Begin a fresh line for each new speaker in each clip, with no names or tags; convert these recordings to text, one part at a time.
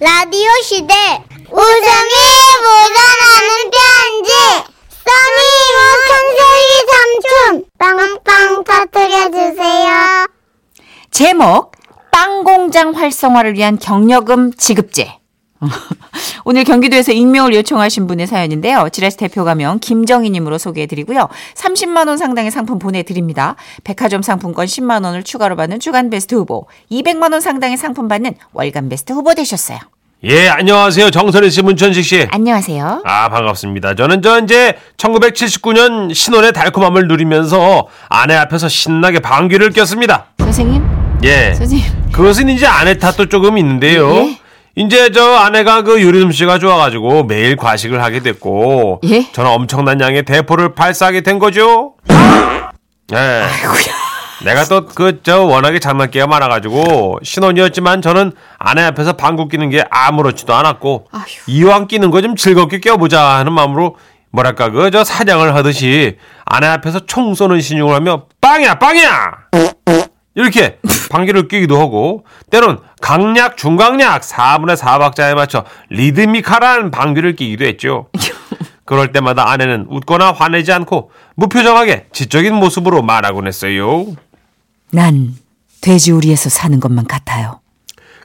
라디오 시대 웃음이 묻어나는 편지 써니 뭐 우천세기 삼촌 빵빵 터뜨려주세요
제목 빵 공장 활성화를 위한 경력금 지급제. 오늘 경기도에서 익명을 요청하신 분의 사연인데요. 지라시 대표 가명 김정희님으로 소개해드리고요. 30만 원 상당의 상품 보내드립니다. 백화점 상품권 10만 원을 추가로 받는 주간 베스트 후보, 200만 원 상당의 상품 받는 월간 베스트 후보 되셨어요.
예, 안녕하세요. 정선희 씨, 문천식 씨.
안녕하세요.
아, 반갑습니다. 저는 저 이제 1979년 신혼의 달콤함을 누리면서 아내 앞에서 신나게 방귀를 꼈습니다.
선생님,
예.
선생님.
그것은 이제 아내 탓도 조금 있는데요.
예?
이제 저 아내가 그 요리 솜씨가 좋아가지고 매일 과식을 하게 됐고,
예?
저는 엄청난 양의 대포를 발사하게 된 거죠. 예. 내가 또 그 저 워낙에 장난기가 많아가지고 신혼이었지만 저는 아내 앞에서 방귀 끼는 게 아무렇지도 않았고
아휴.
이왕 끼는 거 좀 즐겁게 껴보자 하는 마음으로 뭐랄까 그 저 사냥을 하듯이 아내 앞에서 총 쏘는 신용을 하며 빵이야 빵이야 이렇게 방귀를 뀌기도 하고 때론 강약 중강약 4분의 4박자에 맞춰 리드미컬한 방귀를 뀌기도 했죠. 그럴 때마다 아내는 웃거나 화내지 않고 무표정하게 지적인 모습으로 말하곤 했어요.
난 돼지우리에서 사는 것만 같아요.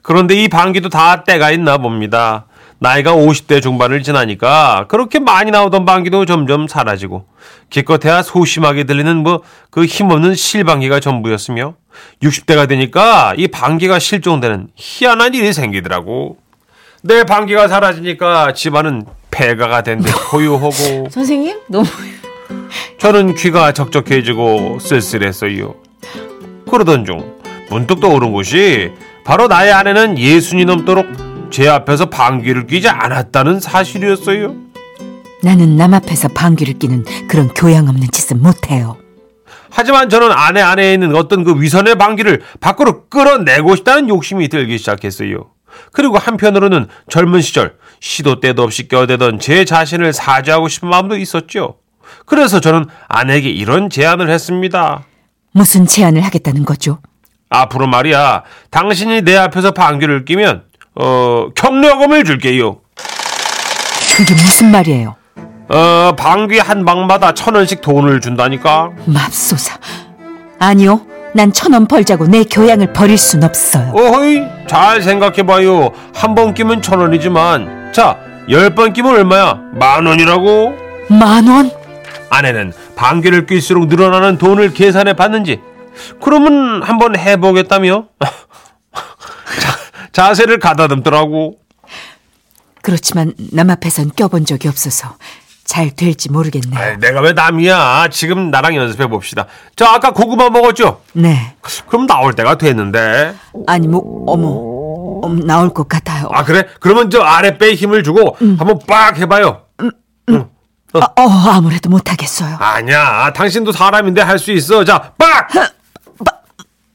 그런데 이 방귀도 다 때가 있나 봅니다. 나이가 50대 중반을 지나니까 그렇게 많이 나오던 방귀도 점점 사라지고 기껏해야 소심하게 들리는 뭐 그 힘없는 실방귀가 전부였으며 60대가 되니까 이 방귀가 실종되는 희한한 일이 생기더라고. 내 방귀가 사라지니까 집안은 폐가가 된 듯 고요하고
선생님, 너무
저는 귀가 적적해지고 쓸쓸했어요. 그러던 중 문득 떠오른 것이 바로 나의 아내는 예순이 넘도록 제 앞에서 방귀를 뀌지 않았다는 사실이었어요.
나는 남 앞에서 방귀를 뀌는 그런 교양 없는 짓은 못해요.
하지만 저는 아내 안에 있는 어떤 그 위선의 방귀를 밖으로 끌어내고 싶다는 욕심이 들기 시작했어요. 그리고 한편으로는 젊은 시절 시도 때도 없이 껴대던 제 자신을 사죄하고 싶은 마음도 있었죠. 그래서 저는 아내에게 이런 제안을 했습니다.
무슨 제안을 하겠다는 거죠?
앞으로 말이야 당신이 내 앞에서 방귀를 끼면 어 경력금을 줄게요.
그게 무슨 말이에요?
어 방귀 한 방마다 천 원씩 돈을 준다니까.
맙소사. 아니요. 난 천 원 벌자고 내 교양을 버릴 순 없어요.
어허이 잘 생각해봐요. 한 번 끼면 천 원이지만 자 열 번 끼면 얼마야? 만 원이라고.
만 원?
아내는 방귀를 낄수록 늘어나는 돈을 계산해 봤는지 그러면 한번 해보겠다며 자, 자세를 가다듬더라고.
그렇지만 남 앞에선 껴본 적이 없어서 잘 될지 모르겠네요.
아이, 내가 왜 남이야? 지금 나랑 연습해 봅시다. 저 아까 고구마 먹었죠?
네.
그럼 나올 때가 됐는데.
아니 뭐 어머. 음, 나올 것 같아요.
아 그래? 그러면 저 아랫배에 힘을 주고 한번 빡 해봐요.
아, 어, 아무래도 못하겠어요.
아니야, 당신도 사람인데 할 수 있어. 자, 빡!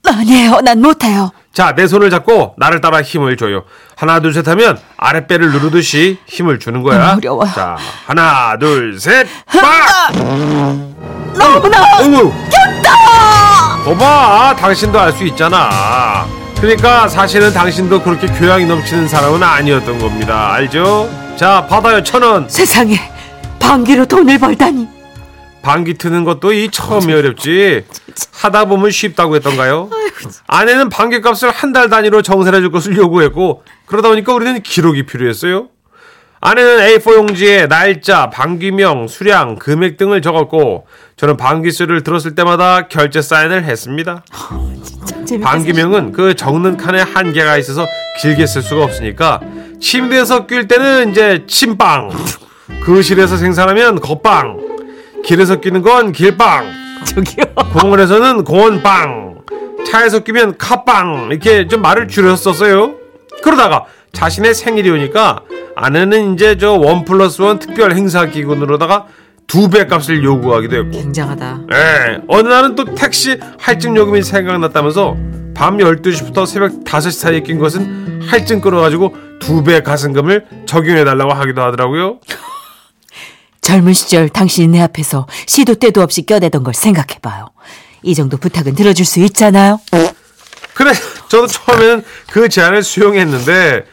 아니에요. 난 못해요.
자, 내 손을 잡고 나를 따라 힘을 줘요. 하나, 둘, 셋 하면 아랫배를 누르듯이 힘을 주는 거야.
너무 어려워요.
자, 하나, 둘, 셋, 빡!
너무나
어우! 거봐, 당신도 알 수 있잖아. 그러니까 사실은 당신도 그렇게 교양이 넘치는 사람은 아니었던 겁니다. 알죠? 자, 받아요, 천 원.
세상에 방귀로 돈을 벌다니.
방귀 트는 것도 이 처음이 어렵지. 하다 보면 쉽다고 했던가요? 아내는 방귀 값을 한 달 단위로 정산해 줄 것을 요구했고, 그러다 보니까 우리는 기록이 필요했어요. 아내는 A4 용지에 날짜, 방귀명, 수량, 금액 등을 적었고, 저는 방귀수를 들었을 때마다 결제 사인을 했습니다. 방귀명은 그 적는 칸에 한계가 있어서 길게 쓸 수가 없으니까 침대에서 낄 때는 이제 침빵 그실에서 생산하면 겉빵 길에서 끼는 건 길빵
저기요.
공원에서는 공원빵 차에서 끼면 카빵 이렇게 좀 말을 줄여서 썼어요 그러다가 자신의 생일이 오니까 아내는 이제 저 원 플러스 원 특별 행사 기분으로다가 두 배 값을 요구하기도 했고
굉장하다.
예. 어느 날은 또 택시 할증 요금이 생각났다면서 밤 12시부터 새벽 5시 사이에 낀 것은 할증 끌어가지고 두 배 가승금을 적용해달라고 하기도 하더라고요.
젊은 시절 당신이 내 앞에서 시도 때도 없이 껴대던 걸 생각해봐요. 이 정도 부탁은 들어줄 수 있잖아요.
그래, 저도 처음에는 그 제안을 수용했는데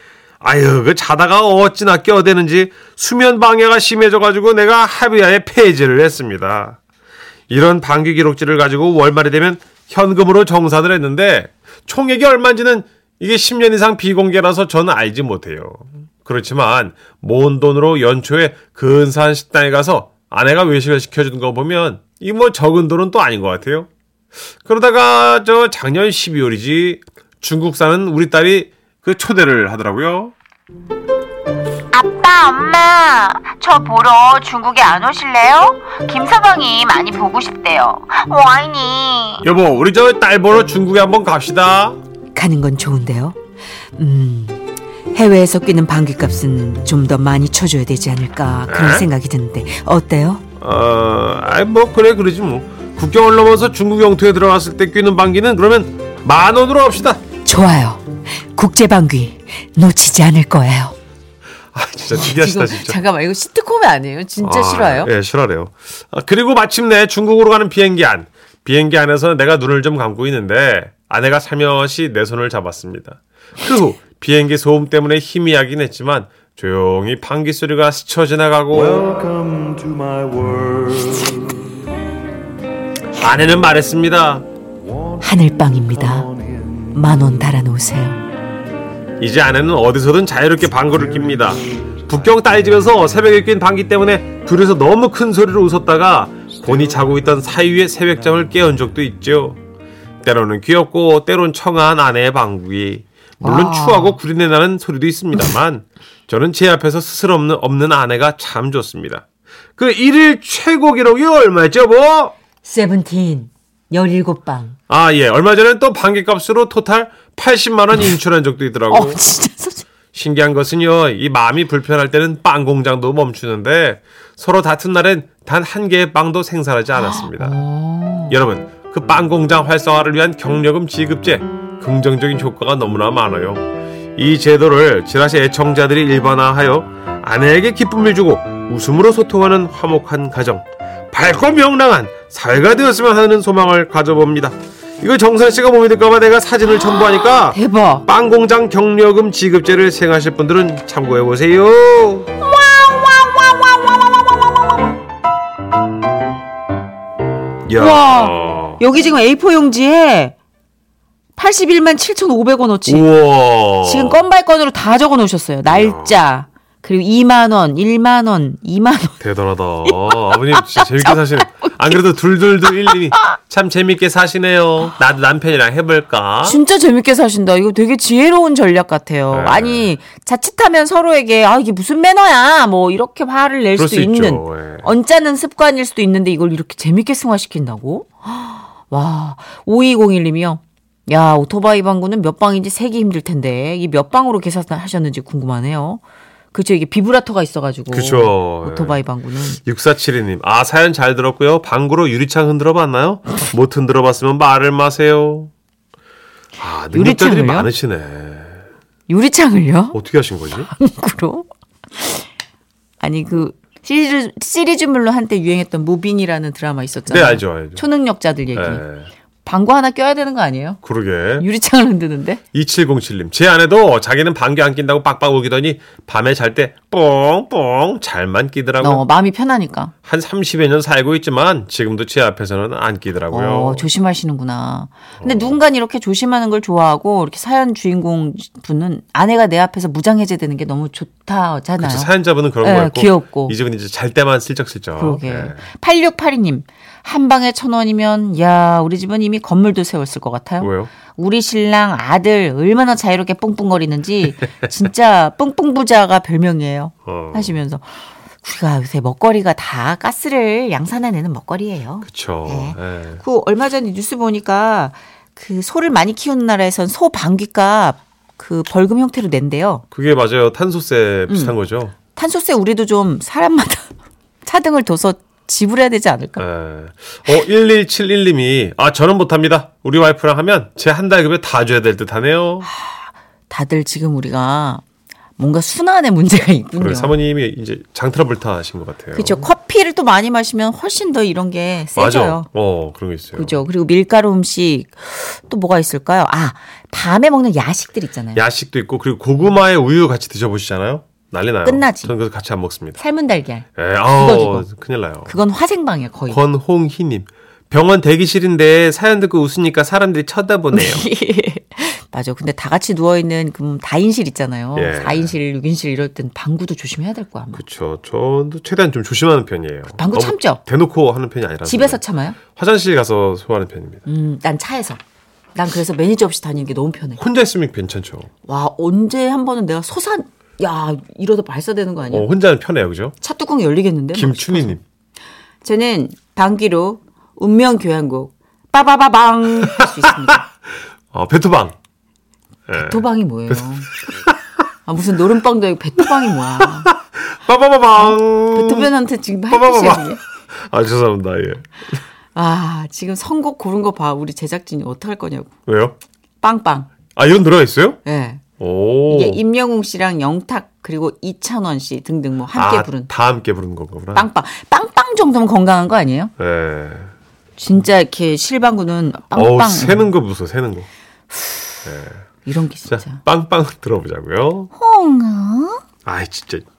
아유, 그 자다가 어찌나 껴대는지 수면 방해가 심해져가지고 내가 합의하에 폐지를 했습니다. 이런 방귀 기록지를 가지고 월말이 되면 현금으로 정산을 했는데 총액이 얼마인지는 이게 10년 이상 비공개라서 저는 알지 못해요. 그렇지만 모은 돈으로 연초에 근사한 식당에 가서 아내가 외식을 시켜주는 거 보면 이 뭐 적은 돈은 또 아닌 것 같아요. 그러다가 저 작년 12월이지 중국 사는 우리 딸이 그 초대를 하더라고요.
아빠, 엄마, 저 보러 중국에 안 오실래요? 김서방이 많이 보고 싶대요. 와인이.
여보, 우리 저 딸 보러 중국에 한번 갑시다.
가는 건 좋은데요. 음, 해외에서 끼는 방귀값은 좀 더 많이 쳐줘야 되지 않을까 그런
에?
생각이 드는데 어때요?
어, 아이 뭐 그래 그러지 뭐. 국경을 넘어서 중국 영토에 들어갔을 때 끼는 방귀는 그러면 만 원으로 합시다.
좋아요. 국제 방귀 놓치지 않을 거예요.
아 진짜 특이하시다 진짜.
잠깐만, 이거 시트콤이 아니에요? 진짜
아,
싫어요?
예, 실화래요. 아, 그리고 마침내 중국으로 가는 비행기 안. 비행기 안에서 내가 눈을 좀 감고 있는데 아내가 살며시 내 손을 잡았습니다. 그 후 비행기 소음 때문에 희미하긴 했지만 조용히 방귀 소리가 스쳐 지나가고
Welcome to my world.
아내는 말했습니다.
하늘빵입니다. 만 원 달아놓으세요.
이제 아내는 어디서든 자유롭게 방구를 낍니다. 북경 딸 집에서 새벽에 낀 방귀 때문에 둘이서 너무 큰 소리로 웃었다가 본이 자고 있던 사위의 새벽잠을 깨운 적도 있죠. 때로는 귀엽고 때론 청아한 아내의 방귀. 물론 추하고 구린내 나는 소리도 있습니다만 저는 제 앞에서 스스럼 없는, 없는 아내가 참 좋습니다. 그 일일 최고 기록이 얼마였죠, 뭐?
세븐틴 열일곱 방.
아, 예. 얼마 전엔 또 방귀값으로 토탈 80만원 인출한 적도 있더라고.
어, 진짜. 솔직히.
신기한 것은요, 이 마음이 불편할 때는 빵 공장도 멈추는데 서로 다툰 날엔 단 한 개의 빵도 생산하지 않았습니다. 여러분, 그 빵 공장 활성화를 위한 경력금 지급제 긍정적인 효과가 너무나 많아요. 이 제도를 지라시 애청자들이 일반화하여 아내에게 기쁨을 주고 웃음으로 소통하는 화목한 가정, 밝고 명랑한 사회가 되었으면 하는 소망을 가져봅니다. 이거 정선 씨가 몸이 될까봐 내가 사진을 첨부하니까
대박.
빵공장 경력금 지급제를 시행하실 분들은 참고해 보세요.
와. 여기 지금 A4 용지에 81만 7,500원어치.
우와.
지금 건발 건으로 다 적어 놓으셨어요. 날짜. 그리고 2만 원, 1만 원, 2만 원.
대단하다. 아버님 진짜 재밌게 사시네. 안 그래도 둘둘둘 일님이 참 재밌게 사시네요. 나도 남편이랑 해볼까.
진짜 재밌게 사신다. 이거 되게 지혜로운 전략 같아요.
아? 네.
아니, 자칫하면 서로에게 아, 이게 무슨 매너야. 뭐 이렇게 화를 낼
그럴
수도
수 있죠.
있는
예.
언짢은 습관일 수도 있는데 이걸 이렇게 재밌게 승화시킨다고? 와, 5201님이요. 야, 오토바이 방구는 몇 방인지 세기 힘들 텐데 이 몇 방으로 계산하셨는지 궁금하네요. 그쵸 이게 비브라토가 있어가지고
그쵸, 예.
오토바이 방구는
6472님, 아, 사연 잘 들었고요. 방구로 유리창 흔들어 봤나요? 못 흔들어 봤으면 말을 마세요. 아, 능력자들이
유리창을요?
많으시네.
유리창을요?
어떻게 하신 거지?
아,
네,
방구로? 아니 그 시리즈 시리즈물로 한때 유행했던 무빙이라는 드라마 있었잖아요.
네, 알죠, 알죠.
초능력자들 얘기.
예.
방구 하나 껴야 되는 거 아니에요?
그러게.
유리창을 흔드는데?
2707님, 제 아내도 자기는 방귀 안 낀다고 빡빡 우기더니 밤에 잘 때 뽕뽕 잘만 끼더라고요.
어, 마음이 편하니까.
한 30여 년 살고 있지만 지금도 제 앞에서는 안 끼더라고요. 어.
어, 조심하시는구나. 근데 누군가 이렇게 조심하는 걸 좋아하고 이렇게 사연 주인공 분은 아내가 내 앞에서 무장해제되는 게 너무 좋다잖아요.
그쵸, 사연자분은 그런
예,
거 같고
귀엽고.
이제는 이제 잘 때만 슬쩍슬쩍.
그러게. 네?
예.
8682님. 한 방에 천 원이면 야, 우리 집은 이미 건물도 세웠을 것 같아요.
왜요?
우리 신랑 아들 얼마나 자유롭게 뿡뿡거리는지 진짜 뿡뿡 부자가 별명이에요.
어.
하시면서 우리가 요새 먹거리가 다 가스를 양산해내는 먹거리예요.
그쵸. 예.
그 얼마 전에 뉴스 보니까 그 소를 많이 키우는 나라에선 소 방귀값 그 벌금 형태로 낸대요.
그게 맞아요. 탄소세
음.
비슷한 거죠.
탄소세 우리도 좀 사람마다 차등을 둬서 지불해야 되지 않을까?
예. 어, 1171님이 아 저는 못합니다. 우리 와이프랑 하면 제 한 달급에 다 줘야 될 듯하네요.
아, 다들 지금 우리가 뭔가 순환의 문제가 있군요.
그리고 사모님이 이제 장트러블타 하신 것 같아요.
그렇죠. 커피 커피를 또 많이 마시면 훨씬 더 이런 게 세져요.
맞아. 어, 그런 게 있어요.
그죠. 그리고 밀가루 음식 또 뭐가 있을까요? 아, 밤에 먹는 야식들 있잖아요.
야식도 있고 그리고 고구마에 우유 같이 드셔보시잖아요. 난리 나요.
끝나지.
저는 그래서 같이 안 먹습니다.
삶은 달걀.
에, 아우,
죽어.
큰일 나요.
그건 화생방이야, 거의.
권홍희님. 병원 대기실인데 사연 듣고 웃으니까 사람들이 쳐다보네요.
맞아. 근데 다 같이 누워있는 그 다인실 있잖아요.
예.
사인실 6인실 이럴 땐 방구도 조심해야 될 거야. 아마.
그렇죠. 저도 최대한 좀 조심하는 편이에요.
그 방구
너무
참죠?
대놓고 하는 편이 아니라
집에서 참아요?
화장실 가서 소화하는 편입니다.
음, 난 차에서. 난 그래서 매니저 없이 다니는 게 너무 편해.
혼자 있으면 괜찮죠.
와, 언제 한 번은 내가 소산, 야, 이러다 발사되는 거 아니야?
어, 혼자는 편해요, 그죠?
차 뚜껑 열리겠는데? 막.
김춘희님.
저는 방귀로 운명 교향곡 빠바바방 할 수 있습니다.
어, 베토방. 예.
도방이 뭐예요? 아, 무슨 노름방도 아니고 베토방이 뭐야?
빠바바방.
베토벤한테 지금 할
빠바바방.
짓이야, 그게?
아, 죄송합니다. 예.
아, 지금 선곡 고른 거 봐. 우리 제작진이 어떡할 거냐고.
왜요?
빵빵.
아, 이런 노래가 있어요?
예.
오.
이게 임영웅 씨랑 영탁 그리고 이찬원 씨 등등 뭐 함께
아,
부른
다 함께 부르는 거구나.
빵빵. 빵빵 정도면 건강한 거 아니에요?
예.
진짜 이렇게 실방구는
어우,
빵빵
새는 거 무서워, 새는 거.
이런 게
자,
진짜.
빵빵 들어보자고요.
홍어
아이, 진짜.